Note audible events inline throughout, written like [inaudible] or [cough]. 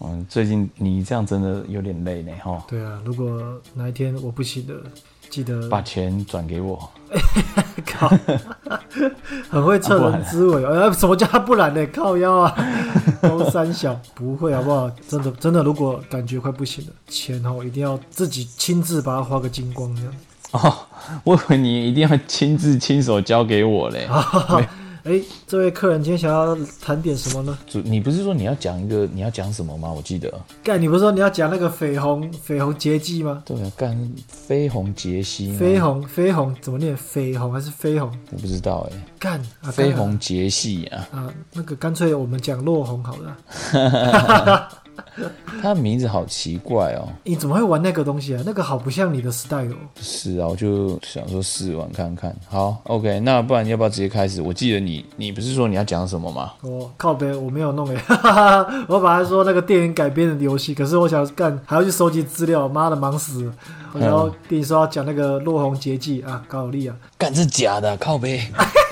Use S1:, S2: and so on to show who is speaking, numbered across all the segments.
S1: 嗯，最近你这样真的有点累呢，哈。
S2: 对啊，如果哪一天我不行了，记得
S1: 把钱转给我，
S2: [laughs]
S1: [laughs]
S2: 靠， [laughs] 很会趁人之
S1: 啊
S2: 危。呃、什么叫不然呢？靠腰啊，都三小不会好不好？真的真的，如果感觉快不行了，钱哦一定要自己亲自把它花个精光这样。 [laughs]
S1: 哦，我以为你一定要亲自亲手交给我嘞。
S2: 哎，这位客人今天想要谈点什么呢？
S1: 主，你不是说你要讲一个你要讲什么吗？我记得。
S2: 干，你不是说你要讲那个绯红绯红结迹吗？
S1: 对啊，干绯红杰西。
S2: 绯红绯红怎么念？绯红还是绯红？
S1: 我不知道哎、
S2: 干，啊
S1: 绯、红杰西啊，
S2: 干啊，那个干脆我们讲落红好了。
S1: 他的名字好奇怪哦。
S2: 你怎么会玩那个东西啊？那个好不像你的 style 哦。
S1: 是啊，我就想说试玩看看。好，OK，那不然要不要直接开始？我记得你，你不是说你要讲什么吗？
S2: 我靠北，我没有弄哎、欸， [laughs] 我把他说那个电影改编的游戏，可是我想干还要去收集资料，妈的忙死了。我然后跟你说要讲那个落红结迹啊，高丽啊，
S1: 干是假的，靠背。 [laughs]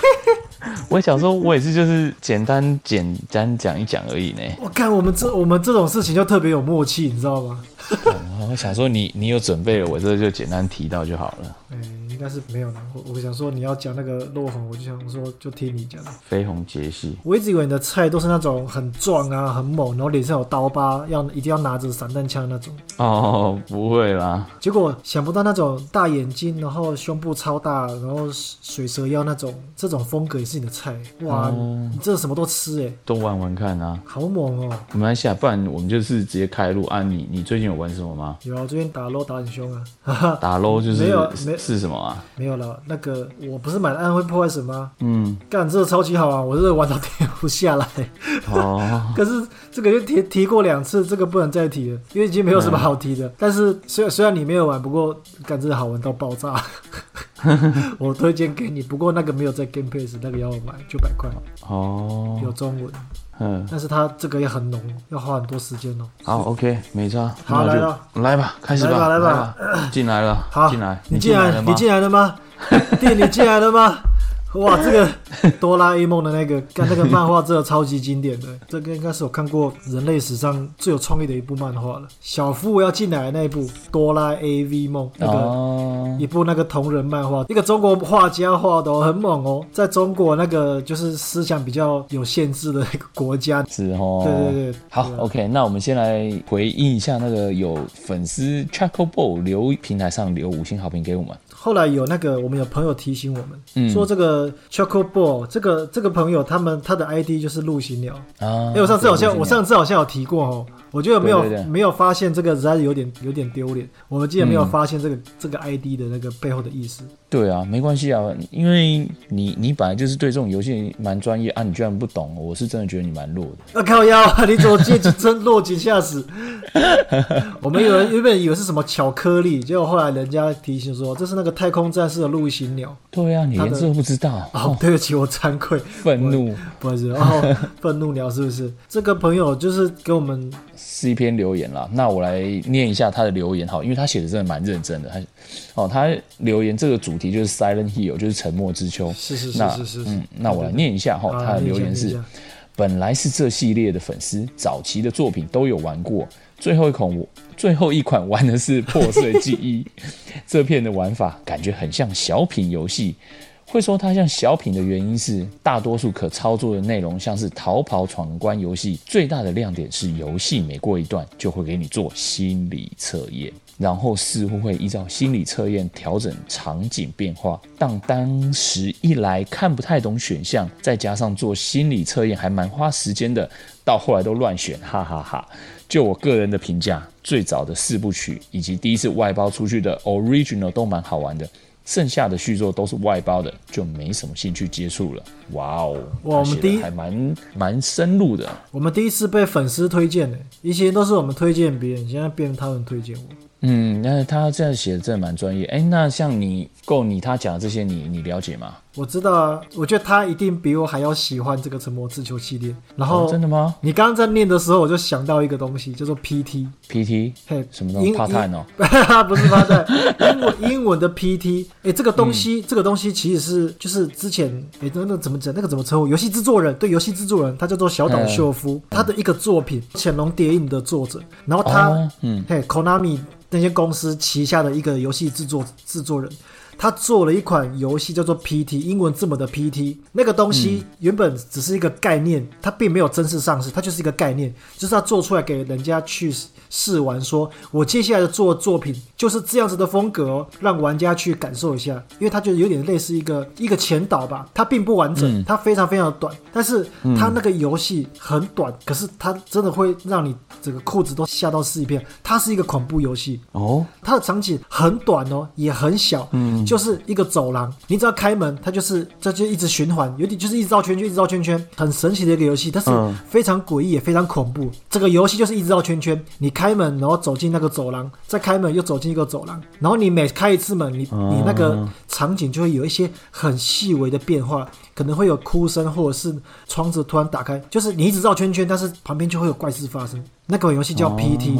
S1: 我想说，我也是，就是简单简单讲一讲而已呢。
S2: 我干我们这我们这种事情就特别有默契，你知道吗？
S1: 嗯我想说你你有准备了，我这就简单提到就好了。
S2: 哎、应该是没有了。我我想说你要讲那个落红，我就想说就听你讲。
S1: 绯红杰西，
S2: 我一直以为你的菜都是那种很壮啊、很猛，然后脸上有刀疤，要一定要拿着散弹枪那种。
S1: 哦，不会啦，
S2: 结果想不到那种大眼睛，然后胸部超大，然后水蛇腰那种，这种风格也是你的菜。哇，你这什么都吃哎、
S1: 都玩玩看啊。
S2: 好猛哦！
S1: 没关系啊，不然我们就是直接开路啊。你你最近有玩什么吗？
S2: 有啊，我最近打 LO 打很凶啊， [laughs] 哈哈，
S1: 打 LO 就是
S2: 没有没
S1: 是是什么啊？
S2: 没有了。那个我不是买了暗灰破坏神吗？
S1: 嗯，
S2: 啊干，这个超级好啊，我是玩到停不下来。 [laughs]
S1: 哦，
S2: 可是这个就提提过两次，这个不能再提了，因为已经没有什么好提的。但是虽然虽然你没有玩，不过感真的好玩到爆炸， [laughs] 我推荐给你。不过那个没有在 Game Pass，那个要买九百块，
S1: 哦，
S2: 有中文，
S1: 嗯，
S2: 但是它这个也很浓，要花很多时间哦。
S1: 好，OK，没差。
S2: 好
S1: 那
S2: 来
S1: 就
S2: 了
S1: 来吧，开始吧，
S2: 来吧来吧
S1: 吧，进来了，
S2: 好，
S1: 进来，
S2: 你
S1: 进
S2: 进
S1: 了
S2: 来，
S1: 吗
S2: 你进来了吗？弟，你进来了吗？哇，这个哆啦 A 梦的那个，看那个漫画真的超级经典的，这个应该是我看过人类史上最有创意的一部漫画了。小夫要进来的那一部《哆啦 A V 梦》，那个、
S1: 哦，
S2: 一部那个同人漫画，一个中国画家画的、哦，很猛哦。在中国那个就是思想比较有限制的一个国家，
S1: 是哦，
S2: 对对对
S1: 好
S2: 对啊
S1: ，OK，那我们先来回应一下那个有粉丝 Chuckle Ball 留平台上留五星好评给我们，
S2: 后来有那个，我们有朋友提醒我们，
S1: 嗯
S2: 说这个 Choco Ball 这个这个朋友，他们他的 ID 就是陆行鸟。
S1: 啊，
S2: 哎、我上次好像
S1: 对
S2: 我上次好像有提过哦，我觉得没有
S1: 对对对
S2: 没有发现这个，实在是有点有点丢脸。我们竟然没有发现这个、
S1: 嗯
S2: 这个 ID 的那个背后的意思。
S1: 对啊，没关系啊，因为你你本来就是对这种游戏蛮专业啊，你居然不懂，我是真的觉得你蛮弱的。
S2: 啊靠腰啊！你怎么接真落井下石？ [laughs] 我们有人原本以为是什么巧克力，结果后来人家提醒说这是那个太空战士的陆行鸟。
S1: 对啊，你
S2: 他
S1: 连
S2: 的
S1: 这都不知道，
S2: 哦，对不起，我惭愧。
S1: 愤怒
S2: 不是
S1: [laughs]
S2: 哦，愤怒鸟是不是？这个朋友就是给我们
S1: 是一篇留言啦。那我来念一下他的留言好，因为他写的真的蛮认真的。他哦，他留言这个主题就是 Silent Hill，就是沉默之丘。
S2: 是是是
S1: 那
S2: 是是是
S1: 嗯，那我来念一下哈，
S2: 啊
S1: 他的留言
S2: 念一下
S1: 是
S2: 念一下：
S1: 本来是这系列的粉丝，早期的作品都有玩过，最后一款我最后一款玩的是《破碎记忆》这片的玩法，感觉很像小品游戏。会说它像小品的原因是，大多数可操作的内容像是逃跑闯关游戏，最大的亮点是游戏每过一段就会给你做心理测验，然后似乎会依照心理测验调整场景变化。但当时一来看不太懂选项，再加上做心理测验还蛮花时间的，到后来都乱选，哈哈哈就我个人的评价，最早的四部曲以及第一次外包出去的 Original 都蛮好玩的，剩下的续作都是外包的，就没什么兴趣接触了。哇哦，
S2: 哇我们
S1: 他写得
S2: 第一
S1: 还蛮蛮深入的，
S2: 我们第一次被粉丝推荐的，以前都是我们推荐别人，现在变成他们推荐我。
S1: 嗯，那他这样写的真的蛮专业。哎，那像你够你他讲的这些你，你了解吗？
S2: 我知道啊，我觉得他一定比我还要喜欢这个《沉默之丘》系列。然后、
S1: 哦真的吗
S2: 你刚刚在念的时候，我就想到一个东西，叫做 PT。
S1: ？PT
S2: 嘿，
S1: 什么东西
S2: 英
S1: part time 哦？
S2: 英 [laughs] 不是发带，英文英文的 PT，哎、这个东
S1: 嗯
S2: 西，这个东西其实是就是之前哎、那那怎么讲？那个怎么称呼？游戏制作人对，游戏制作人，他叫做小岛秀夫，
S1: 嗯
S2: 他的一个作品《潜龙谍影》的作者，然后他、
S1: 哦嗯
S2: 嘿 Konami 那些公司旗下的一个游戏制作制作人。他做了一款游戏叫做 PT，英文字母的 PT，那个东西
S1: 嗯
S2: 原本只是一个概念，它并没有正式上市，它就是一个概念，就是他做出来给人家去试玩说，我接下来的做作品就是这样子的风格哦，让玩家去感受一下，因为它就有点类似一个一个前导吧，它并不完整，它非常非常短，但是它那个游戏很短，可是它真的会让你整个裤子都吓到撕一片，它是一个恐怖游戏，
S1: 哦，
S2: 它的场景很短哦，也很小，嗯，就是一个走廊，你只要开门，它就是这就一直循环，有点就是一直绕圈圈，一直绕圈圈，很神奇的一个游戏，但是
S3: 嗯
S2: 非常诡异，也非常恐怖。这个游戏就是一直绕圈圈，你开门，然后走进那个走廊，再开门又走进一个走廊，然后你每开一次门，你你那个场景就会有一些很细微的变化，可能会有哭声，或者是窗子突然打开，就是你一直绕圈圈，但是旁边就会有怪事发生。那款游戏叫 PT，、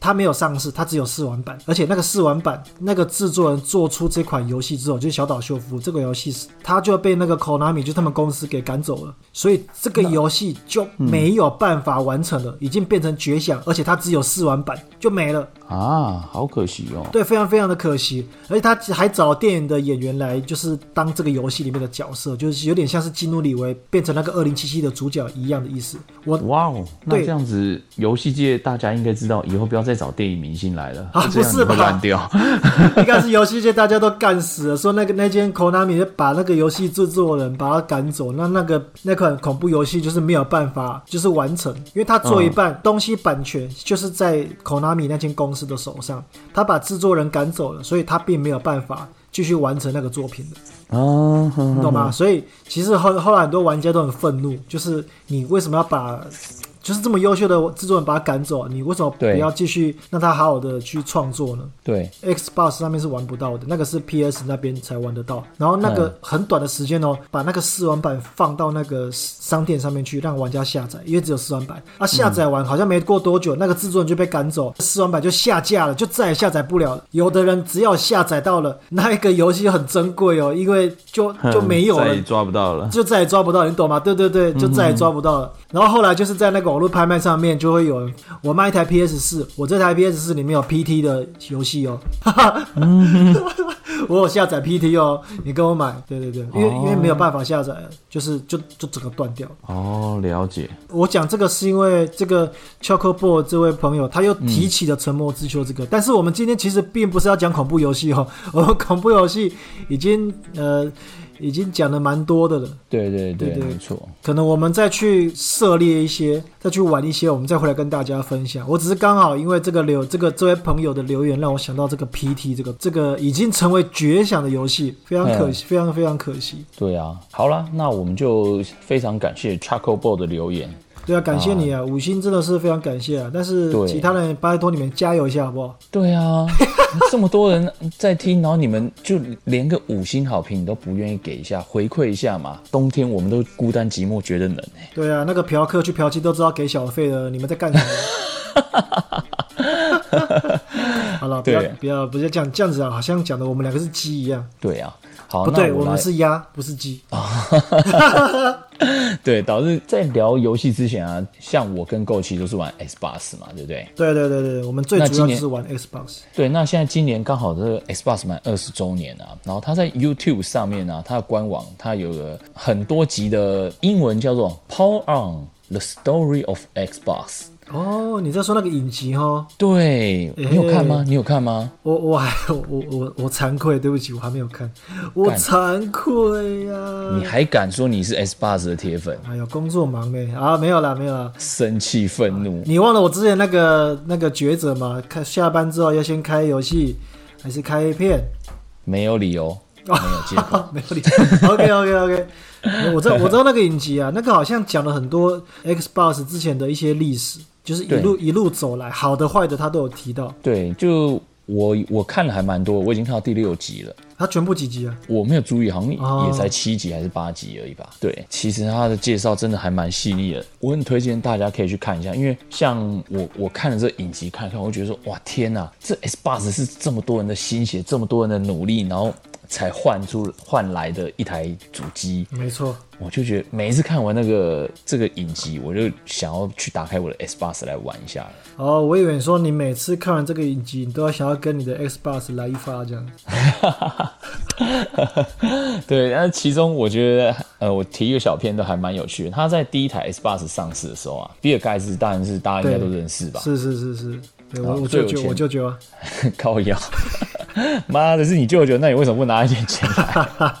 S2: 它没有上市，它只有试玩版，而且那个试玩版那个制作人做出这款游戏之后，就是小岛秀夫这个游戏是，他就被那个 Konami 就是他们公司给赶走了，所以这个游戏就没有办法完成了，已经变成绝响，而且它只有试玩版就没了。
S3: 啊，好可惜哦。
S2: 对，非常非常的可惜，而且他还找电影的演员来，就是当这个游戏里面的角色，就是有点像是基努里维变成那个二零七七的主角一样的意思。我
S3: 哇哦，那
S2: 对
S3: 这样子游戏界大家应该知道，以后不要再找电影明星来了，
S2: 啊
S3: 这样
S2: 不是吧
S3: 你会烂掉。 [laughs]
S2: [laughs] 应该是游戏界大家都干死了，说那个那间 Konami 把那个游戏制作人把他赶走，那那个那款恐怖游戏就是没有办法就是完成，因为他做一半、东西版权就是在 Konami 那间公司的手上，他把制作人赶走了，所以他并没有办法继续完成那个作品的。
S1: 嗯
S3: 啊，哼
S2: 你懂吗？所以其实后后来很多玩家都很愤怒，就是你为什么要把，就是这么优秀的制作人把他赶走？你为什么不
S1: 对
S2: 要继续让他好好的去创作呢
S1: 对，
S2: ？Xbox 上面是玩不到的，那个是 PS 那边才玩得到。然后那个很短的时间哦，把那个试玩版放到那个商店上面去，让玩家下载，因为只有试玩版。啊，下载完好像没过多久，那个制作人就被赶走，试玩版就下架了，就再也下载不了了。有的人只要下载到了，那一个游戏很珍贵哦，因为就就没有
S3: 嗯再
S2: 了
S3: 也，抓不到了。
S2: 就再也抓不到，你懂吗？对对对，就再也抓不到了。然后后来就是在那个网络拍卖上面，就会有人，我卖一台 PS 四，我这台 PS 四里面有 PT 的游戏哦，哈哈， [laughs] 我有下载 PT 哦，你跟我买，对对对，因为、因为没有办法下载了，就是就就整个断掉了。
S3: 哦，了解。
S2: 我讲这个是因为这个 Choco b o y 这位朋友，他又提起了《沉默之丘》这个，但是我们今天其实并不是要讲恐怖游戏哦，我们恐怖游戏已经呃已经讲的蛮多的了。
S1: 对对对，
S2: 对对
S1: 没错。
S2: 可能我们再去涉猎一些，再去玩一些，我们再回来跟大家分享。我只是刚好因为这个留这个这位朋友的留言，让我想到这个 PT 这个这个已经成为绝响的游戏，非常可
S1: 嗯
S2: 惜，非常非常可惜。
S1: 对啊，好啦，那我们就非常感谢 Charcoal Ball 的留言。
S2: 对啊，感谢你啊，五星真的是非常感谢啊！但是
S1: 对
S2: 其他人拜托你们加油一下好不好？
S1: 对 [laughs] 啊，这么多人在听，然后你们就连个五星好评你都不愿意给一下，回馈一下嘛。冬天我们都孤单寂寞，觉得冷哎、
S2: 对啊，那个嫖客去嫖妓都知道给小费的，你们在干什么？
S1: [laughs]
S2: 好了，不要
S1: 对
S2: 不要不要这样这样子啊，好像讲的我们两个是鸡一样，
S1: 对啊，好，
S2: 不对，
S1: 那
S2: 我
S1: 来
S2: 们是鸭，不是鸡。
S1: 对，导致在聊游戏之前啊，像我跟 Go 其实都是玩 S 八四嘛，对不对？
S2: 对对对对，对我们最
S1: 那
S2: 主
S1: 今
S2: 要就
S1: 年
S2: 是玩 Xbox。
S1: 对，那现在今年刚好这个 Xbox 满二十周年啊，然后它在 YouTube 上面啊，它的官网它有了很多集的英文叫做《Power On: The Story of Xbox》。
S2: 哦，你在说那个影集哈？
S1: 对，你有看吗？你有看吗？
S2: 我我还我我我我惭愧，对不起，我还没有看，我惭愧呀、
S1: 你还敢说你是 S 八十的铁粉？
S2: 哎呦，工作忙呗、啊，没有啦，没有啦。
S1: 生气愤怒，
S2: 你忘了我之前那个那个抉择吗？看下班之后要先开游戏还是开片？
S1: 没有理由，没有借口。
S2: 啊， [laughs] 没有理。OK OK OK，我知道我知道那个影集啊，那个好像讲了很多 Xbox 之前的一些历史，就是一路一路走来，好的坏的他都有提到。
S1: 对，就。我我看了还蛮多，我已经看到第六集了。
S2: 它全部几集啊？
S1: 我没有注意，好
S2: 哦
S1: 像也才七集还是八集而已吧。对，其实他的介绍真的还蛮细腻的，我很推荐大家可以去看一下，因为像我我看了这影集看一看，我就觉得说哇天呐，这 S Bus 是这么多人的心血，这么多人的努力，然后才换出换来的一台主机，
S2: 没错，
S1: 我就觉得每一次看完那个这个影集，我就想要去打开我的 S Bus 来玩一下了。
S2: 哦，我以为你说你每次看完这个影集，你都要想要跟你的 Xbox 来一发这样。
S1: 对，那其中我觉得，呃，我提一个小片段还蛮有趣的。他在第一台 S Bus 上市的时候啊，比尔盖茨当然是大家应该都认识吧，
S2: 是是是是，对我
S1: 好
S2: 我
S1: 最有
S2: 舅舅
S1: 钱
S2: 我舅舅啊，
S1: [laughs] 靠腰。妈的，是你舅舅，那你为什么不拿一点钱 [laughs] 来？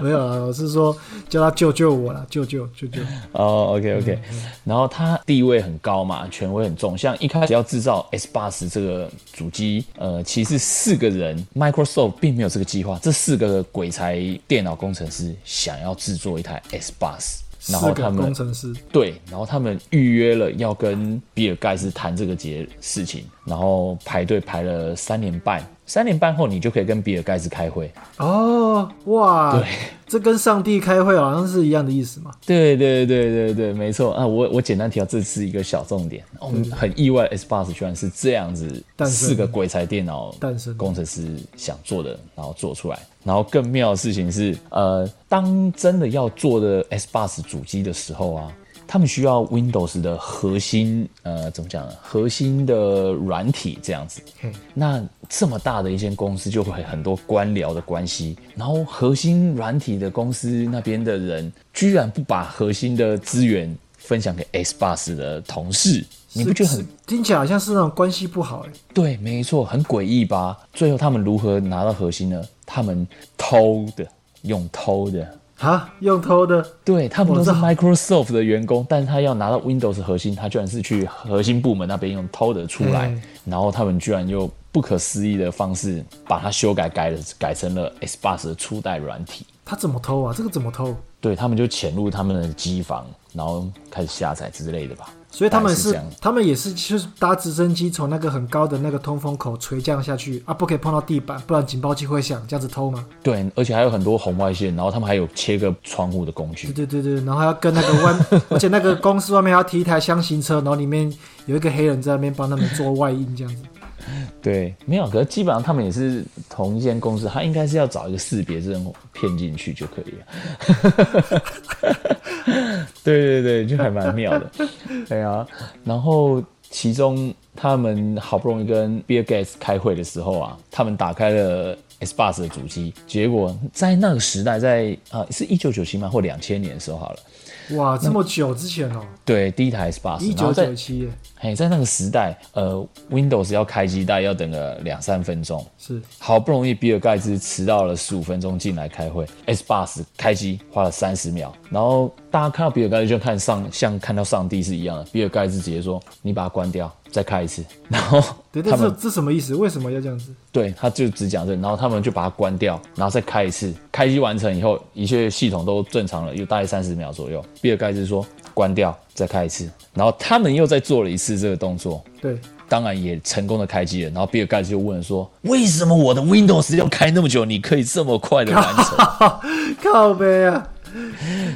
S2: 没有啊，我是说叫他救救我啦，救救救救。
S1: 哦、o k OK，然
S2: 嗯
S1: 后他地位很高嘛，权威很重。像一开始要制造 S 八十这个主机，呃，其实四个人，Microsoft 并没有这个计划，这四个鬼才电脑工程师想要制作一台 S 八十， [laughs] 然
S2: 四
S1: 后
S2: 个
S1: 他
S2: 工
S1: 们
S2: 程师，
S1: 对，然后他们预约了要跟比尔盖茨谈这个节事情，然后排队排了三年半，三年半后你就可以跟比尔盖茨开会。
S2: 哦，哇，这跟上帝开会好像是一样的意思嘛。
S1: 对对对对对，没错啊！我我简单提到这是一个小重点，哦、很意外，S 八十居然是这样子，
S2: 诞生
S1: 四个鬼才电脑
S2: 诞生
S1: 工程师想做的，然后做出来。然后更妙的事情是，呃，当真的要做的 S 八十主机的时候啊，他们需要 Windows 的核心，呃，怎么讲呢？核心的软体这样子。
S2: 嘿，
S1: 那这么大的一间公司，就会很多官僚的关系，然后核心软体的公司那边的人，居然不把核心的资源分享给 S Bus 的同事，你不觉得
S2: 是
S1: 很
S2: 听起来好像是那种关系不好哎、
S1: 对？没错，很诡异吧？最后他们如何拿到核心呢？他们偷的，用偷的。
S2: 啊，用偷的，
S1: 对他们都是
S2: 我知
S1: Microsoft 的员工，但是他要拿到 Windows 核心，他居然是去核心部门那边用偷的出来
S2: 嗯，
S1: 然后他们居然用不可思议的方式把它修改改了，改成了 S Bus 的初代软体。
S2: 他怎么偷啊？这个怎么偷？
S1: 对他们就潜入他们的机房，然后开始下载之类的吧。
S2: 所以他们
S1: 大概是
S2: 是
S1: 这样
S2: 他们也是就是搭直升机从那个很高的那个通风口垂降下去啊，不可以碰到地板，不然警报器会响，这样子偷吗？
S1: 对，而且还有很多红外线，然后他们还有切割窗户的工具。
S2: 对对对对，然后还要跟那个外， [laughs] 而且那个公司外面还要提一台箱型车，然后里面有一个黑人在那边帮他们做外应这样子。
S1: 对，没有，可是基本上他们也是同一间公司，他应该是要找一个识别证骗进去就可以了。 [laughs] 对对对，就还蛮妙的。 [laughs] 对啊，然后其中他们好不容易跟 Bill Gates 开会的时候啊，他们打开了 S Bus 的主机，结果在那个时代在，啊是一九九七吗？或两千年的时候好了，
S2: 哇，这么久之前哦，
S1: 对，第一台 S Bus，
S2: 一
S1: 然后
S2: 九
S1: 在
S2: 九七
S1: 嘿，在那个时代，呃，Windows 要开机大概要等个两三分钟。
S2: 是
S1: 好不容易比尔盖茨迟到了十五分钟进来开会，S bus 开机花了三十秒，然后大家看到比尔盖茨就看上像看到上帝是一样的，比尔盖茨直接说你把它关掉，再开一次，然后
S2: 对，
S1: 他
S2: 但是
S1: 们
S2: 这什么意思？为什么要这样子？
S1: 对他就只讲这个，然后他们就把它关掉，然后再开一次，开机完成以后，一切系统都正常了，有大概三十秒左右，比尔盖茨说关掉，再开一次，然后他们又再做了一次这个动作，
S2: 对，
S1: 当然也成功的开机了。然后比尔盖茨就问说：“为什么我的 Windows 要开那么久？你可以这么快的完
S2: [laughs]
S1: 成
S2: 靠背啊，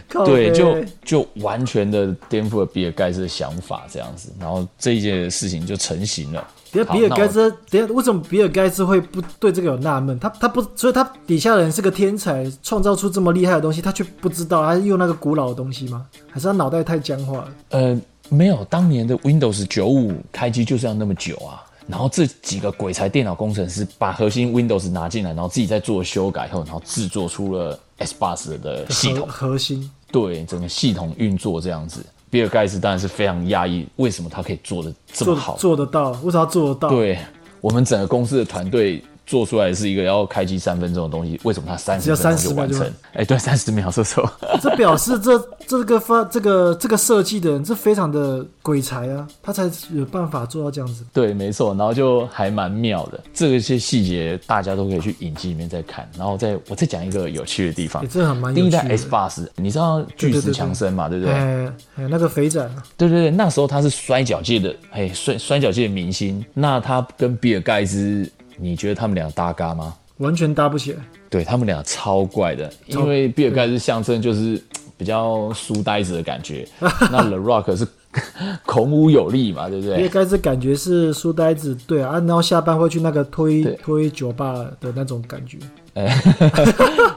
S2: 靠？”背
S1: 对，就就完全的颠覆了比尔盖茨的想法，这样子。然后这一件事情就成型了。
S2: 等下
S1: 好
S2: 比尔盖，
S1: 那我
S2: 茨，等下为什么比尔盖茨会不对这个有纳闷？他他不，所以他底下的人是个天才，创造出这么厉害的东西，他却不知道，他是用那个古老的东西吗？还是他脑袋太僵化了？
S1: 呃，没有，当年的 Windows 九五开机就是要那么久啊。然后这几个鬼才电脑工程师把核心 Windows 拿进来，然后自己再做修改以后，然后制作出了 S Bus 的系
S2: 核
S1: 统。
S2: 核心
S1: 对整个系统运作这样子。比尔盖茨当然是非常讶异，为什么他可以做的这么
S2: 做
S1: 好？
S2: 做得到，为啥做得到？
S1: 对我们整个公司的团队做出来是一个要开机三分钟的东西，为什么他三
S2: 只要
S1: 十分钟
S2: 30
S1: 就完
S2: 秒就
S1: 成？哎、对，三十秒，说错。
S2: 这表示这这个发这个这个设计的人，这非常的鬼才啊，他才有办法做到这样子。
S1: [laughs] 对，没错，然后就还蛮妙的，这个些细节大家都可以去影集里面再看。然后再我再讲一个有趣的地方
S2: 哎，，这还蛮
S1: 第
S2: 有趣
S1: 一
S2: 的
S1: 代 S Bus，你知道巨
S2: 对对对
S1: 石
S2: 对
S1: 强森嘛，对不对？
S2: 哎、哎那个肥仔啊，
S1: 对对对，那时候他是摔跤界的，嘿，摔摔跤界的明星。那他跟比尔盖茨你觉得他们俩搭嘎吗？
S2: 完全搭不起来。
S1: 对他们俩超怪的，因为比尔盖茨象征就是比较书呆子的感觉， [laughs] 那 The Rock 是 [laughs] 孔武有力嘛，对不
S2: 因
S1: 对？
S2: 为该是感觉是书呆子，对啊，啊然后下班会去那个推
S1: 对
S2: 推酒吧的那种感觉。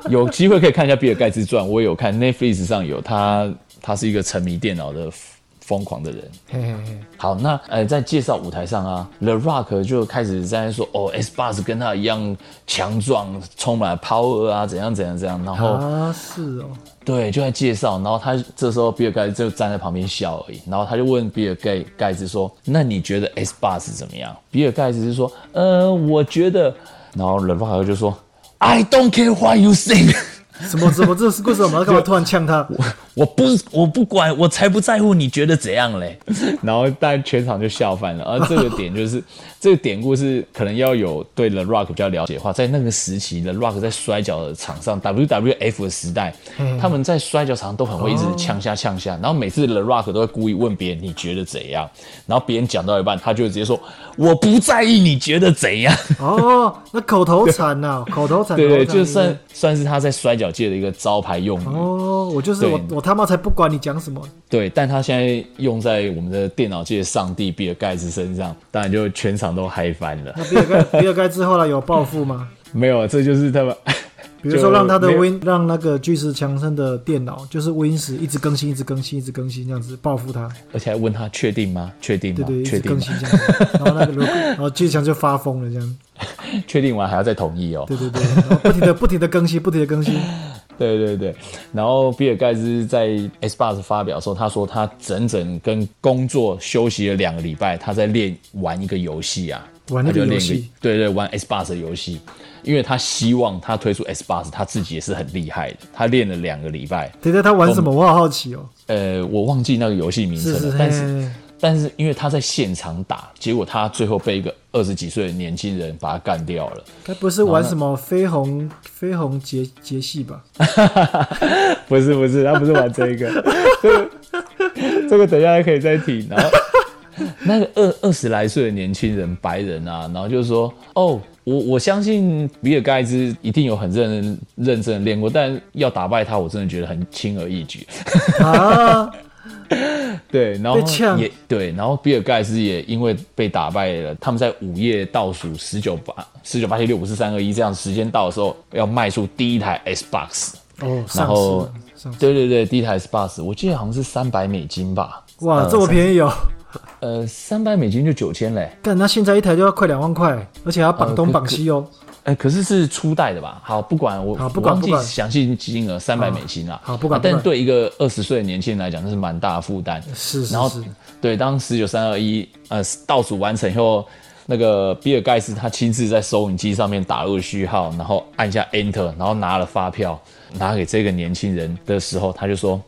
S1: 有机会可以看一下《比尔盖茨传》，我也有看 Netflix 上有他，他是一个沉迷电脑的疯狂的人。
S2: 嘿嘿嘿，
S1: 好，那呃，在介绍舞台上啊，The Rock 就开始在说哦，S b u s 跟他一样强壮，充满了 power 啊，怎样怎样怎样，然后、
S2: 啊，是哦，
S1: 对，就在介绍，然后他这时候比尔盖茨就站在旁边笑而已，然后他就问比尔盖盖茨说：“那你觉得 S b u s 怎么样？”比尔盖茨就说：“呃，我觉得。”然后 The Rock 就说：“I don't care what you think 。”
S2: 什么什么这是为什么？干嘛突然呛他？
S1: [laughs] 我不我不管，我才不在乎你觉得怎样嘞。 [laughs] 然后但全场就笑翻了。而这个点 [laughs] 就是，这个典故是可能要有对 The Rock 比较了解的话，在那个时期，The Rock 在摔跤的场上，WWF 的时代，他们在摔跤场都很会一直呛下呛下，然后每次 The Rock 都会故意问别人你觉得怎样，然后别人讲到一半，他就会直接说我不在意你觉得怎 [laughs] 样。
S2: 哦，那口头禅
S1: [laughs]
S2: 呐、口头禅，
S1: 对对，
S2: 口头禅
S1: 就算算是他在摔跤界的一个招牌用语。
S2: 哦，我就是
S1: 对
S2: 我，我他妈才不管你讲什么。
S1: 对，但他现在用在我们的电脑界上帝比尔盖茨身上，当然就全场都嗨翻
S2: [laughs]
S1: 了。
S2: 那比尔盖比尔盖茨后来有报复吗？
S1: [laughs] 没有，这就是他们。
S2: [laughs] 比如说
S1: [laughs] 就
S2: 让他的
S1: 没有
S2: Win 让那个巨石强森的电脑就是 Win 十一直更新，一直更新，一直更新这样子报复他，
S1: 而且还问他确定吗？确定
S2: 对
S1: 吗
S2: 对，一？
S1: 确
S2: 直
S1: 定
S2: 更
S1: 吗？
S2: 新这样子。然后那个然后巨石强就发疯了这样，
S1: [laughs] 确定完还要再同意哦。
S2: 对对对， [laughs] 然后不停的不停的更新，不停的更新。
S1: 对对对，然后比尔盖茨在 Xbox 发表的时候，他说他整整跟工作休息了两个礼拜，他在练玩一个游戏啊，
S2: 玩那
S1: 他
S2: 个
S1: 就练
S2: 游戏
S1: 一个，对对，玩 Xbox 的游戏，因为他希望他推出 Xbox，他自己也是很厉害的，他练了两个礼拜，
S2: 对对，他玩什么？我好好奇哦。
S1: 呃，我忘记那个游戏名称
S2: 是
S1: 了，
S2: 是，
S1: 但
S2: 嘿
S1: 是
S2: 嘿嘿
S1: 但是因为他在现场打，结果他最后被一个二十几岁的年轻人把他干掉了。
S2: 该不是玩什么绯红绯红杰杰系吧？
S1: [laughs] 不是不是，他不是玩这个， [laughs] 这个这个等一下可以再提。然后 [laughs] 那个二二十来岁的年轻人，白人啊，然后就说哦。我我相信比尔盖茨一定有很认真认真地练过，但要打败他，我真的觉得很轻而易举。
S2: 啊，
S1: [laughs] 对，然后
S2: 被呛
S1: 也对，然后比尔盖茨也因为被打败了，他们在午夜倒数十九八十九八七六五四三二一这样时间到的时候，要卖出第一台 Xbox。
S2: 哦，
S1: 然
S2: 上市
S1: 后
S2: 了上市
S1: 对对对，第一台 Xbox，我记得好像是三百美金吧？
S2: 哇，这么
S1: 宜？
S2: 便宜哦！
S1: 呃，三百美金就九千嘞。
S2: 干，那现在一台就要快两万块，而且还要绑东绑西哦。
S1: 哎、可是是初代的吧？好，不管我，
S2: 好不管
S1: 我忘
S2: 不管
S1: 记详细金额三百美金啦。
S2: 好不
S1: 啊
S2: 管不管
S1: 但对一个二十岁的年轻人来讲，那是蛮大的负担。
S2: 是是
S1: 然后
S2: 是，
S1: 对，当十九三二一呃倒数完成以后，那个比尔盖茨他亲自在收银机上面打入序号，然后按下 Enter，然后拿了发票拿给这个年轻人的时候，他就说：“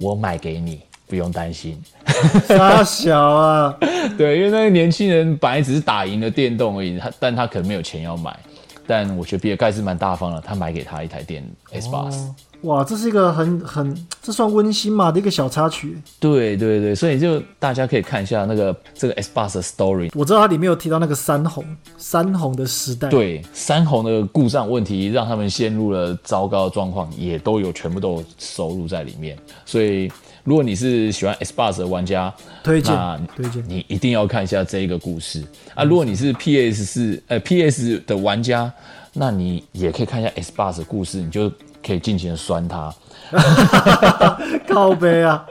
S1: 我买给你，不用担心。
S2: [laughs] 傻小啊！”
S1: 对，因为那个年轻人本来只是打赢了电动而已，他但他可能没有钱要买。但我觉得比尔盖茨蛮大方的，他买给他一台电 Xbox。
S2: 哇，这是一个很很，这算温馨嘛的一个小插曲。
S1: 对对对，所以就大家可以看一下那个这个 Xbox 的 story，
S2: 我知道它里面有提到那个三红，三红的时代。，
S1: 对，三红的故障问题让他们陷入了糟糕的状况，也都有全部都有收入在里面。所以，如果你是喜欢 Xbox 的玩家，
S2: 推荐
S1: 那
S2: 推荐
S1: 你一定要看一下这一个故事啊。如果你是 PS 四呃 PS 的玩家，那你也可以看一下 Xbox 的故事，你就可以尽情的酸它。
S2: [laughs] 靠背啊！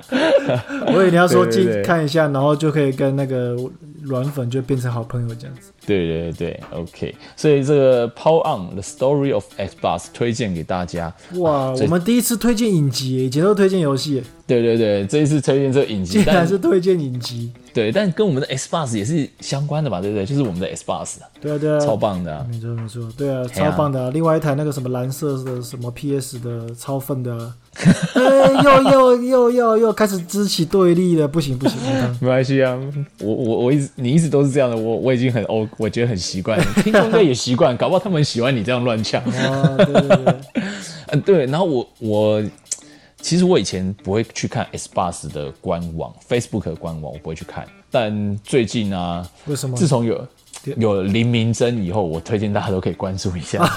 S2: 我以为你要说
S1: 对对
S2: 进
S1: 对
S2: 看一下，然后就可以跟那个软粉就变成好朋友这样子。
S1: 对对对，OK。所以这个 Power On The Story of Xbox 推荐给大家。
S2: 哇，
S1: 啊这
S2: 我们第一次推荐影集耶，以前都推荐游戏耶，
S1: 对对对，这一次推荐这个影集，
S2: 竟
S1: 但
S2: 然是推荐影集。
S1: 对，但跟我们的 Xbox 也是相关的吧，对不对？就是我们的 Xbox，
S2: 对啊，对啊，
S1: 超棒的啊、
S2: 没错没错，对啊，
S1: 嘿啊
S2: 超棒的、啊。另外一台那个什么蓝色的什么 PS 的超粪的、啊， [laughs] 哎，又又又又又开始支起对立了，不行不行，你看
S1: 没关系啊，我我我一直你一直都是这样的，我我已经很哦，我觉得很习惯，
S2: [laughs]
S1: 听众应该也习惯，搞不好他们很喜欢你这样乱呛。
S2: 啊，对对对，
S1: 嗯，对，然后我我其实我以前不会去看 Xbox 的官网、Facebook 的官网，我不会去看，但最近啊，
S2: 为什么？
S1: 自从有有林明真以后，我推荐大家都可以关注一
S2: [laughs]
S1: 下。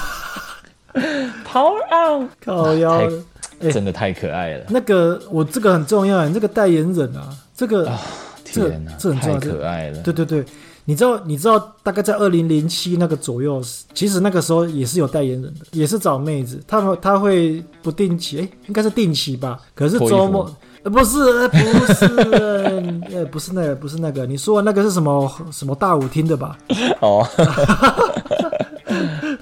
S1: Power on，
S2: 靠腰
S1: 太
S2: 的。
S1: 真的太可爱了，
S2: 那个我这个很重要，你这个代言人啊，这个、这
S1: 天哪，
S2: 这很重
S1: 太
S2: 要
S1: 可爱了。
S2: 对对对，你知道你知道大概在二零零七那个左右，其实那个时候也是有代言人的，也是找妹子，他们他会不定期，哎、应该是定期吧，可是
S1: 脱衣
S2: 周
S1: 服
S2: 末。呃，不是，呃不是，呃， [laughs] 不是那个，不是那个，你说的那个是什么什么大舞厅的吧？ [laughs]
S1: 哦，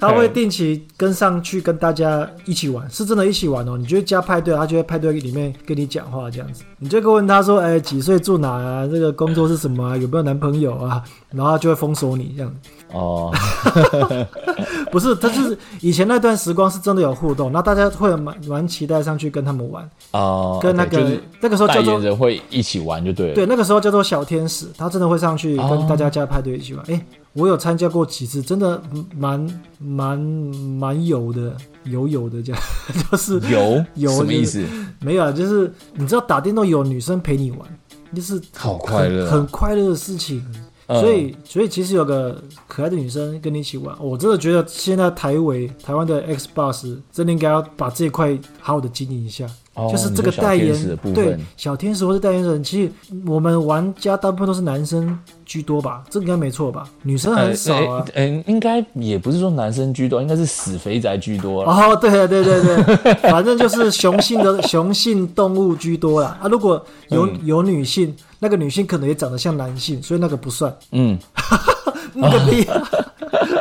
S2: 他会定期跟上去跟大家一起玩，是真的一起玩哦。你就加派对，他就会派对里面跟你讲话这样子，你就会问他说，哎，几岁住哪啊？这个工作是什么啊？有没有男朋友啊？然后他就会封锁你这样。
S1: 哦，
S2: 不是，他就是以前那段时光是真的有互动，那大家会蛮蛮期待上去跟他们玩，
S1: 哦，
S2: 跟那
S1: OK，
S2: 个、
S1: 就是
S2: 那个时候
S1: 代
S2: 叫
S1: 言
S2: 做
S1: 人会一起玩就对了。
S2: 对，那个时候叫做小天使，他真的会上去
S1: 哦
S2: 跟大家加派对一起玩。哎、我有参加过几次，真的嗯蛮蛮蛮有的，有有的这样， [laughs] 就是
S1: 有
S2: 有
S1: 什么意思？
S2: 没有啊，就是你知道打电动有女生陪你玩，就是
S1: 好快
S2: 很
S1: 乐啊，
S2: 很快乐的事情。
S1: 嗯
S2: 所以，所以其实有个可爱的女生跟你一起玩，我真的觉得现在台委台湾的 Xbox 真的应该要把这一块好好的经营一下，
S1: 哦
S2: 就是
S1: 你
S2: 这个
S1: 说小
S2: 代
S1: 天
S2: 言
S1: 使的部
S2: 对
S1: 分
S2: 小天使或是代言人，其实我们玩家大部分都是男生居多吧，这应该没错吧？女生很少啊。
S1: 呃呃呃应该也不是说男生居多，应该是死肥宅居多啦。
S2: 哦，对对对对， [laughs] 反正就是雄性的 [laughs] 雄性动物居多啦。啊，如果有、
S1: 嗯
S2: 有女性，那个女性可能也长得像男性，所以那个不算。
S1: 嗯，
S2: 你个屁、 [laughs]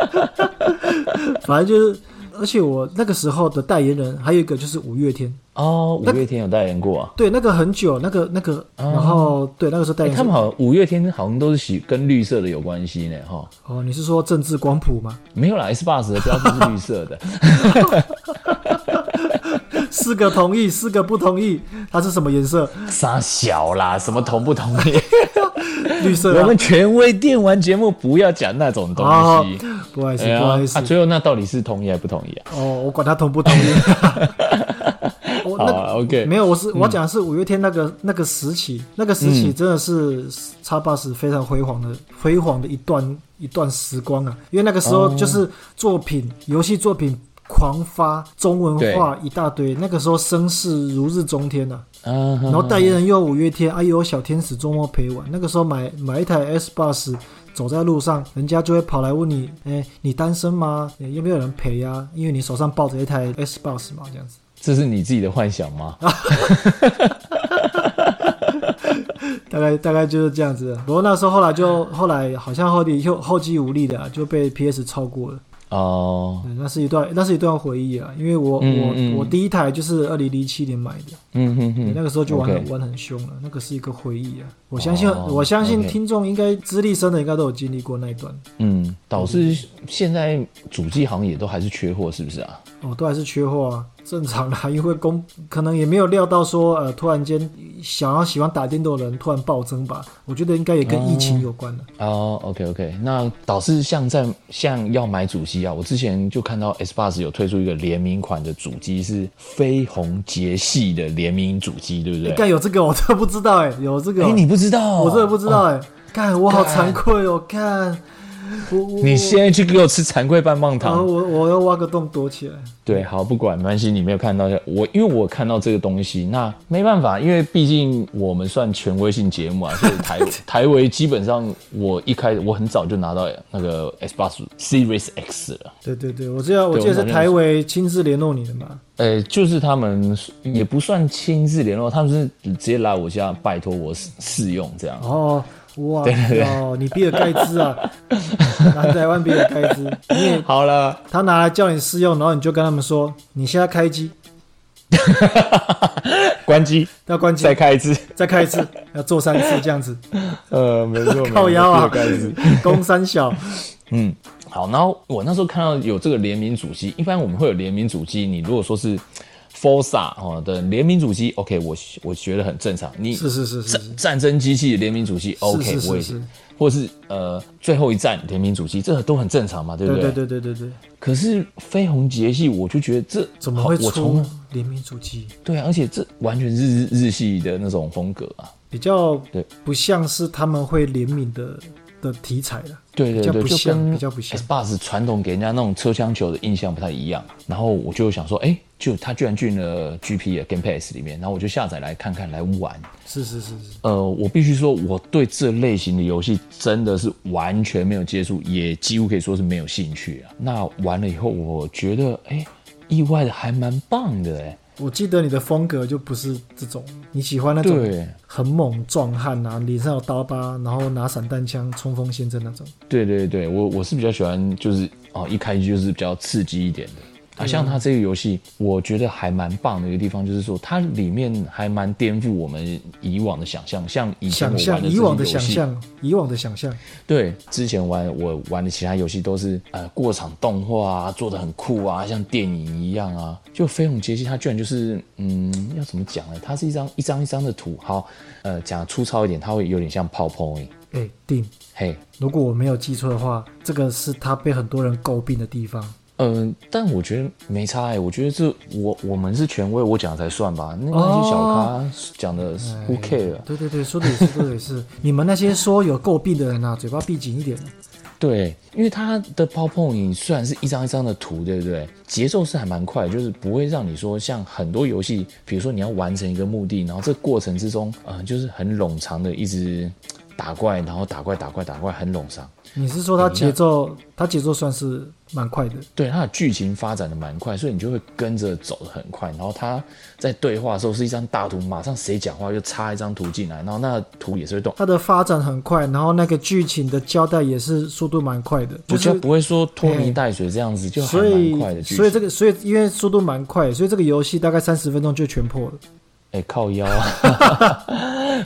S2: 反正就是，而且我那个时候的代言人还有一个就是五月天，
S1: 哦，五月天有代言过啊。
S2: 对，那个很久，那个那个，然后对那个时候代
S1: 哦哎
S2: 言
S1: 他
S2: 人
S1: 们好像五月天好像都是喜跟绿色的有关系呢，哈，
S2: 哦，你是说政治光谱吗？
S1: 没有啦，S bus 的标志是绿色
S2: [laughs]
S1: 的，
S2: 四个同意，四个不同意，它是什么颜色？
S1: 傻小啦，什么同不同
S2: [laughs]
S1: 意？
S2: 绿色、
S1: 我
S2: 啊
S1: 们。权威电玩节目不要讲那种东
S2: 哦
S1: 西。，
S2: 不好意思，
S1: 哎呀
S2: 不好意
S1: 啊，
S2: 思，
S1: 最后那到底是同意还不同意啊？
S2: 哦，我管他同不
S1: [laughs]
S2: 同意。我
S1: 好
S2: 哦那
S1: 啊，OK，
S2: 没有，我是我要讲的是五月天那个那个时期，那个时期真的是叉 bus 非常辉煌的辉煌的一段一段时光啊！因为那个时候就是作品游戏作品狂发，中文化一大堆，那个时候声势如日中天啊。
S1: 啊
S2: 然后代言人又有五月天，哎呦，小天使周末陪玩。那个时候买买一台 S bus，走在路上，人家就会跑来问你，哎，你单身吗？哎有没有人陪呀、因为你手上抱着一台 S bus 嘛，这样子。
S1: 这是你自己的幻想吗？
S2: 啊大概大概就是这样子。不过那时候后来就后来好像后继后后继无力的、啊，就被 PS 超过了。
S1: 哦，
S2: 对，那是一段那是一段回忆啊，因为我、
S1: 嗯嗯
S2: 我我第一台就是二零零七年买的，
S1: 嗯哼哼
S2: 对，那个时候就玩很
S1: OK
S2: 玩很凶了，那个是一个回忆啊。我相信、
S1: 哦
S2: 我相信
S1: OK
S2: 听众应该资历深的应该都有经历过那一段。
S1: 嗯，导致现在主机行业都还是缺货，是不是啊？
S2: 哦，都还是缺货啊， [laughs] 正常啦，因为公可能也没有料到说，呃，突然间想要喜欢打电动的人突然暴增吧，我觉得应该也
S1: 嗯
S2: 跟疫情有关了。
S1: 哦、o k OK，那导致像在像要买主机啊，我之前就看到 S Bus 有推出一个联名款的主机，是绯红杰系的联名主机，对不
S2: 应
S1: 对？
S2: 该有这个我真的不知道哎、有这个
S1: 哎、
S2: 哦、
S1: 你不知道哦、
S2: 哎我真的不知道
S1: 哦嗯
S2: 哎、看我好惭愧哦，看我我
S1: 你现在去给我吃惭愧棒棒
S2: 然
S1: 糖。
S2: 后我我要挖个洞躲起来。
S1: 对，好，不管，没关系，你没有看到我，因为我看到这个东西，那没办法，因为毕竟我们算权威性节目啊，所以 [laughs] 台台维基本上我一开始我很早就拿到那个 Xbox Series X 了，
S2: 对对对，我记得我
S1: 对
S2: 记得
S1: 我
S2: 是
S1: 们
S2: 台维亲自联络你的嘛。
S1: 呃，就是他们也不算亲自联络，他们是直接来我家拜托我试试用这样。
S2: 哦，哇哦，你比尔盖
S1: [laughs]
S2: 茨啊，南台湾比尔盖茨，你也
S1: 好了，
S2: 他拿来叫你试用，然后你就跟他们说，你现在开机
S1: 关机，
S2: 要关机
S1: 再，开一次。
S2: 再开一次，要做三次这样子，
S1: 呃，没错，没
S2: 靠
S1: 错，
S2: 腰啊
S1: 开一
S2: [laughs]
S1: 次。，
S2: 攻三小，
S1: 嗯，好，然后我那时候看到有这个联名主机，一般我们会有联名主机，你如果说是 Forza 哦的联名主机，OK，我我觉得很正常。你
S2: 是是是是
S1: 战
S2: 是，
S1: 战争机器的联名主机，OK，
S2: 是是
S1: 我也
S2: 是，
S1: 或是呃最后一战联名主机，这都很正常嘛，对不
S2: 对
S1: [laughs] 对？
S2: 对对对对对，
S1: 可是绯红杰系，我就觉得这
S2: 怎么会
S1: 我从
S2: 出联名主机？
S1: 对啊，而且这完全是日日系的那种风格啊。
S2: 比较
S1: 对
S2: 不像是他们会怜悯的的题材了。
S1: 对对
S2: 较
S1: 对，
S2: 不
S1: 就
S2: 像
S1: 跟
S2: 比较不像
S1: S Bus 传统给人家那种车厢球的印象不太一样。然后我就想说，哎，就他居然进了 GP 的 Game Pass 里面，然后我就下载来看看来玩。
S2: 是是是是，
S1: 呃，我必须说，我对这类型的游戏真的是完全没有接触，也几乎可以说是没有兴趣啊。那玩了以后，我觉得，哎、意外的还蛮棒的、哎，
S2: 我记得你的风格就不是这种，你喜欢那种
S1: 对，
S2: 很猛壮汉啊，脸上有刀疤，然后拿散弹枪冲锋陷阵那种。
S1: 对对对，我我是比较喜欢，就是哦，一开机就是比较刺激一点的。啊，像它这个游戏，我觉得还蛮棒的一个地方，就是说它里面还蛮颠覆我们以往的想象，像以前我
S2: 想
S1: 玩
S2: 象，
S1: 的
S2: 以往的
S1: 这些游
S2: 想
S1: 戏
S2: 象，以往的想象，
S1: 对，之前玩我玩的其他游戏都是呃过场动画啊，做的很酷啊，像电影一样啊。就《飞鸿杰西》，它居然就是嗯，要怎么讲呢？它是一张一张一张的图，好，呃，讲粗糙一点，它会有点像 PowerPoint。
S2: 哎、定。
S1: 嘿，
S2: 如果我没有记错的话，这个是他被很多人诟病的地方。
S1: 嗯、但我觉得没差哎、我觉得这我我们是权威，我讲才算吧。那那些小咖讲的
S2: 哎
S1: Who care？
S2: 对对对，说的也是，说的也是。 [laughs] 你们那些说有诟病的人啊，嘴巴闭紧一点。
S1: 对，因为它的 PowerPoint 虽然是一张一张的图，对不对？节奏是还蛮快的，就是不会让你说像很多游戏，比如说你要完成一个目的，然后这过程之中，呃，就是很冗长的一直打怪，然后打怪打怪打怪，很冗长。
S2: 你是说他节奏，他节奏算是蛮快的，
S1: 对，它的剧情发展的蛮快，所以你就会跟着走的很快。然后它在对话的时候是一张大图，马上谁讲话就插一张图进来，然后那个图也是会动。
S2: 他的发展很快，然后那个剧情的交代也是速度蛮快的，
S1: 比
S2: 就
S1: 较
S2: 是
S1: 不会说拖泥带水这样子，就还
S2: 所
S1: 蛮快的
S2: 以
S1: 剧情。
S2: 所以这个所以因为速度蛮快，所以这个游戏大概三十分钟就全破了。
S1: 哎、靠腰啊，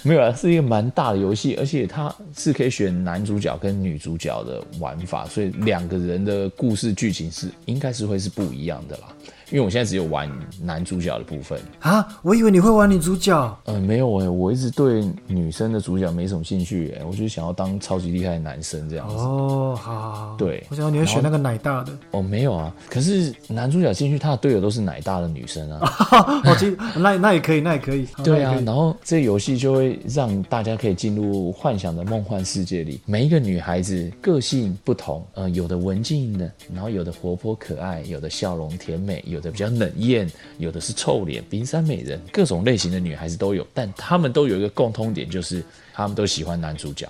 S1: 没有啊， [laughs] 是一个蛮大的游戏，而且它是可以选男主角跟女主角的玩法，所以两个人的故事剧情是应该是会是不一样的啦。因为我现在只有玩男主角的部分，
S2: 啊，我以为你会玩女主角，
S1: 呃，没有哎、我一直对女生的主角没什么兴趣哎、我就想要当超级厉害的男生这样子。
S2: 哦，好好好，
S1: 对
S2: 我想你会选那个奶大的，
S1: 哦，没有啊，可是男主角进去，他的队友都是奶大的女生啊。
S2: 哦，其实那那也可以，那也可以，好
S1: [laughs] 对
S2: 那
S1: 啊
S2: 也可，以
S1: 然后这游戏就会让大家可以进入幻想的梦幻世界里。每一个女孩子个性不同，呃，有的文静的，然后有的活泼可爱，有的笑容甜美，有的比较冷艳，有的是臭脸、冰山美人，各种类型的女孩子都有。但她们都有一个共通点，就是她们都喜欢男主角。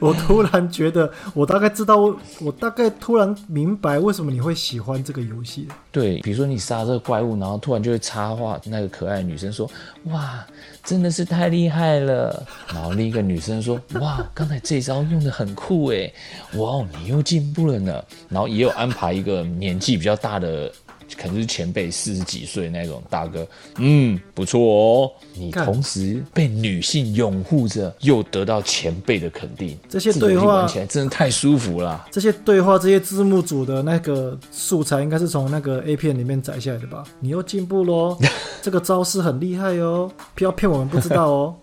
S2: 我突然觉得，我大概知道，我我大概突然明白为什么你会喜欢这个游戏了。
S1: 对，比如说你杀这个怪物，然后突然就会插话那个可爱的女生说：“哇，真的是太厉害了。”然后另一个女生说：“哇，刚才这招用的很酷诶，哇哦，你又进步了呢。”然后也有安排一个年纪比较大的，可能是前辈四十几岁那种大哥，嗯，不错哦。你
S2: 干
S1: 同时被女性拥护着，又得到前辈的肯定，
S2: 这些
S1: 个游戏
S2: 对话
S1: 玩起来真的太舒服了啊。
S2: 这些对话、这些字幕组的那个素材，应该是从那个 A 片里面摘下来的吧？你又进步喽，这个招式很厉害哦，不要骗我们不知道哦。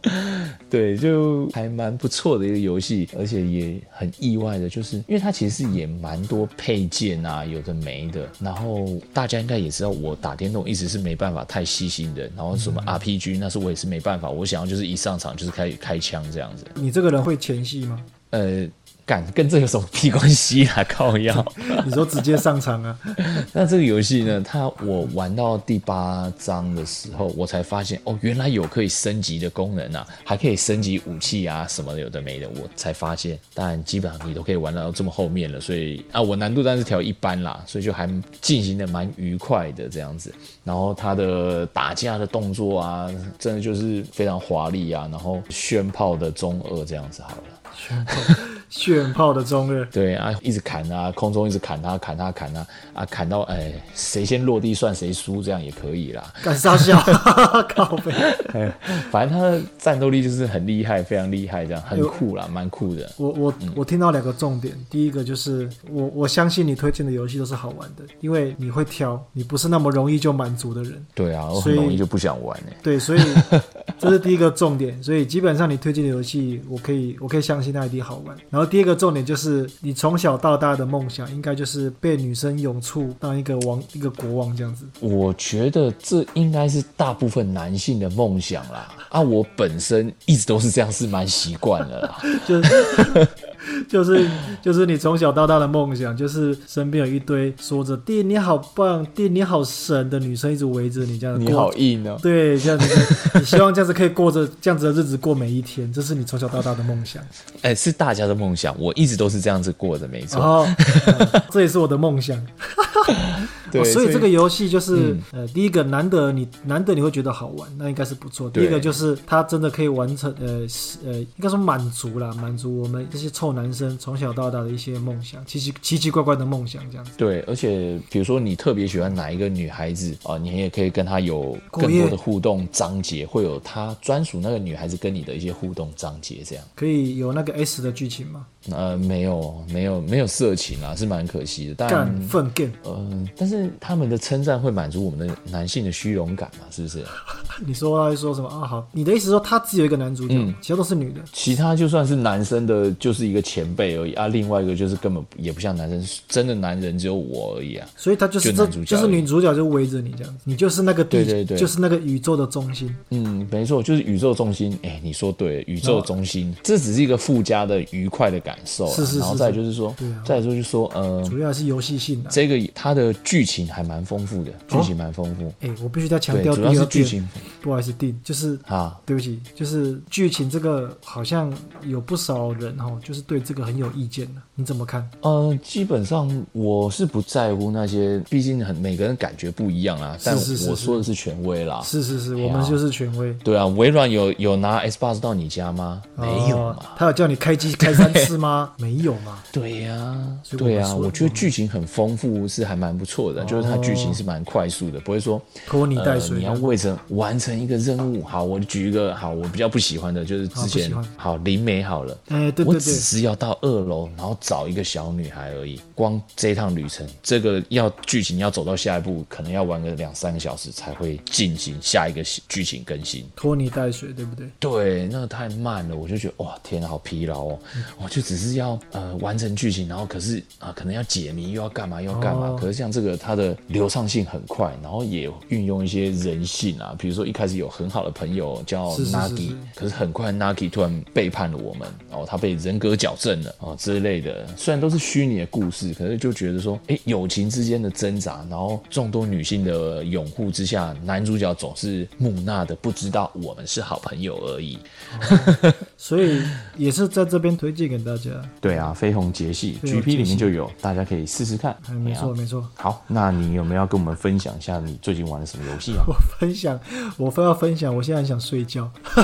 S1: 对，就还蛮不错的一个游戏，而且也很意外的，就是因为它其实也蛮多配件啊，有的没的。然后大家应该也知道，我打电动一直是没办法太细心的，然后什么 RPG 那是我也是没办法，我想要就是一上场就是开开枪这样子。
S2: 你这个人会前戏吗？
S1: 呃，干跟这有什么屁关系啊？ [laughs] 靠腰。
S2: 你说直接上场啊？
S1: 那这个游戏呢，它我玩到第八章的时候，我才发现哦，原来有可以升级的功能啊，还可以升级武器啊什么的，有的没的，我才发现。但基本上你都可以玩到这么后面了，所以啊，我难度当然是调一般啦，所以就还进行的蛮愉快的这样子。然后它的打架的动作啊，真的就是非常华丽啊，然后炫炮的中二这样子好了。
S2: 炫炮的中二，
S1: 对啊，一直砍啊，空中一直砍他，砍他，砍他，啊，砍到哎，谁先落地算谁输，这样也可以啦。
S2: 敢傻笑， [laughs] 靠背。哎
S1: 反正他的战斗力就是很厉害，非常厉害，这样很酷啦，蛮酷的。
S2: 我我我听到两个重点，第一个就是我我相信你推荐的游戏都是好玩的，因为你会挑，你不是那么容易就满足的人。
S1: 对啊，我
S2: 所以
S1: 很容易就不想玩哎、
S2: 对，所以这是第一个重点。所以基本上你推荐的游戏，我可以我可以相信它一定好玩。然后第二个重点就是你从小到大的梦想，应该就是被女生拥簇当一个王一个国王这样子。
S1: 我觉得这应该是大部分男性的梦想啦。啊，我本身一直都是这样，是蛮习惯的啦。
S2: 就是 [laughs] 就是就是你从小到大的梦想，就是身边有一堆说着“弟你好棒，弟你好神”的女生一直围 [laughs] 着你这样子
S1: 你
S2: 过
S1: 好，硬哦，
S2: 对，这样子，你希望这样子可以过着这样子的日子过每一天，这是你从小到大的梦想。
S1: 哎、是大家的梦想，我一直都是这样子过的，没
S2: 然
S1: 错。
S2: 后、呃这也是我的梦想。
S1: [laughs] 对，嗯
S2: 哦所以这个游戏就是、呃，第一个难得你难得你会觉得好玩，那应该是不错。第
S1: 对
S2: 一个就是它真的可以完成呃是呃，应该说满足啦，满足我们这些臭男生从小到大的一些梦想，奇奇奇奇怪怪的梦想这样子。
S1: 对，而且比如说你特别喜欢哪一个女孩子啊、你也可以跟她有
S2: 过
S1: 更
S2: 夜
S1: 多的互动章节，会有她专属那个女孩子跟你的一些互动章节，这样。
S2: 可以有那个 S 的剧情吗？
S1: 呃，没有，没有，没有色情啊，是蛮可惜的。但
S2: 干粪 game，
S1: 呃，但是他们的称赞会满足我们的男性的虚荣感嘛，是不是？
S2: 你说他会说什么啊？好，你的意思是说他只有一个男主角，
S1: 嗯
S2: 其他都是女的？
S1: 其他就算是男生的，就是一个前辈而已啊。另外一个就是根本也不像男生，真的男人只有我而已啊。
S2: 所以他就是
S1: 就
S2: 这
S1: 男主角
S2: 就是
S1: 而已
S2: 女主角就围着你这样子，你就是那个地，
S1: 对对对
S2: 就是那个宇宙的中心。
S1: 嗯，没错，就是宇宙中心。哎、你说对了，宇
S2: 哦
S1: 宙中心，这只是一个附加的愉快的感受啦。
S2: 是是是
S1: 然后再来就是说，
S2: 对啊
S1: 再来说就是说，呃，
S2: 主要还是游戏性的。
S1: 这个它的剧情还蛮丰富的，剧情蛮丰富。
S2: 哎、我必须再强
S1: 对，
S2: 调
S1: 主
S2: 第
S1: 要是
S2: 二
S1: 剧
S2: 点，
S1: 情
S2: 不好意思，第就是
S1: 啊。
S2: 对不起，就是剧情这个好像有不少人哦，就是对这个很有意见的，你怎么看？
S1: 呃，基本上我是不在乎那些，毕竟很每个人感觉不一样啊。但
S2: 是是
S1: 我说的是权威啦。
S2: 是是是，
S1: 呀
S2: 我们就是权威。
S1: 对啊，微软有有拿 Xbox 到你家吗？没有
S2: 哦
S1: 嘛。
S2: 他有叫你开机开三
S1: [laughs]
S2: 次吗？没有嘛。
S1: 对呀、
S2: 所以我
S1: 对呀、
S2: 说嗯
S1: 我觉得剧情很丰富，是还蛮不错的，就是它剧
S2: 哦
S1: 情是蛮快速的，不会说
S2: 拖泥带水
S1: 呃。你要为成完成一个任务，好，我举一个好，我比较不喜欢的就是之前
S2: 好不喜欢
S1: 好灵媒好了，
S2: 哎、对
S1: 我
S2: 对
S1: 只
S2: 对，
S1: 是要到二楼，然后找一个小女孩而已。光这趟旅程，这个要剧情要走到下一步，可能要玩个两三个小时才会进行下一个剧情更新。
S2: 拖泥带水，对不对？
S1: 对，那个太慢了，我就觉得哇，天啊，好疲劳哦！
S2: 嗯
S1: 我就只是要呃完成剧情，然后可是啊、可能要解谜，又要干嘛，又要干嘛。
S2: 哦
S1: 可是像这个，它的流畅性很快，然后也运用一些人性啊，比如说一开始有很好的朋友叫
S2: 是是
S1: Nagi，
S2: 是
S1: 可是很快 Nagi 突然背叛了我们，哦，他被人格矫正了哦之类的。虽然都是虚拟的故事，可是就觉得说，哎，友情之间的挣扎，然后众多女性的拥护之下，男主角总是木讷的，不知道我们是好朋友而已。
S2: 所以也是在这边推荐给大家。
S3: 对啊，绯红杰系
S2: 绯红
S3: GP 里
S2: 杰系
S3: 面就有，大家可以试试看。
S2: 哎，没错没错。
S3: 好，那你有没有要跟我们分享一下你最近玩了什么游戏啊？
S2: 我分享，我非要分享，我现在很想睡觉。
S1: [laughs]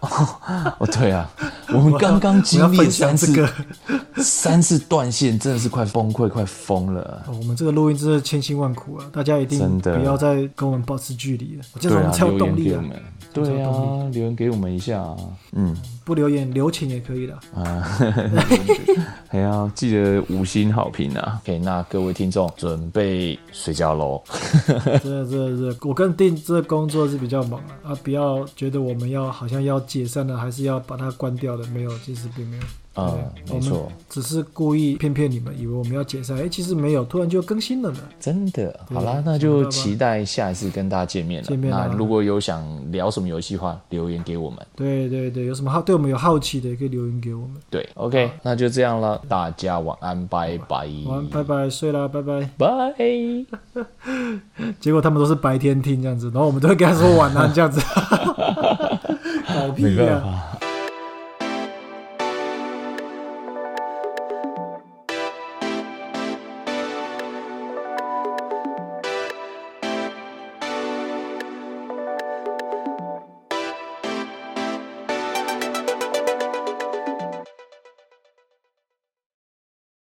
S1: 哦，对啊，我们刚刚
S2: 我要
S1: 经历
S2: 分
S1: 了
S2: 享
S1: 三
S2: 这
S1: 次、
S2: 个，
S1: 三次断线，真的是快崩溃、快疯了。
S2: 哦、我们这个录音真是千辛万苦啊！大家一定
S3: 真的
S2: 不要再跟我们保持距离了，我这
S3: 对
S2: 样
S3: 啊
S2: 我，才有
S3: 留言
S2: 动力
S3: 给我
S2: 啊！
S3: 们。对啊，留言给我们一下啊。嗯，
S2: 不留言留情也可以的。
S3: [laughs] 还要哎记得五星好评啊。
S1: OK，那各位听众准备睡
S3: [laughs]
S1: 觉喽。
S2: 这这这，我跟定这工作是比较忙啊，啊，不要觉得我们要好像要解散了，还是要把它关掉的，没有，其实并没有。
S3: 啊
S1: 嗯，
S2: 我
S1: 没
S2: 们
S1: 错，
S2: 只是故意骗骗你们，以为我们要解散，哎，其实没有，突然就更新了呢。
S1: 真的。好啦，
S2: 想
S1: 那
S2: 不
S1: 就
S2: 到吧
S1: 期待下一次跟大家见面了。
S2: 见面啦
S1: 那如果有想聊什么游戏的话，留言给我们。
S2: 对对对，有什么好对我们有好奇的，也可以留言给我们。
S1: 对，OK，那就这样了，大家晚安，拜拜，
S2: 晚
S3: 嗯
S2: 安，拜拜，睡啦，拜拜。
S1: 拜。
S2: [laughs] 结果他们都是白天听这样子，然后我们都会跟他说晚安这样子，搞屁呀、
S1: 法，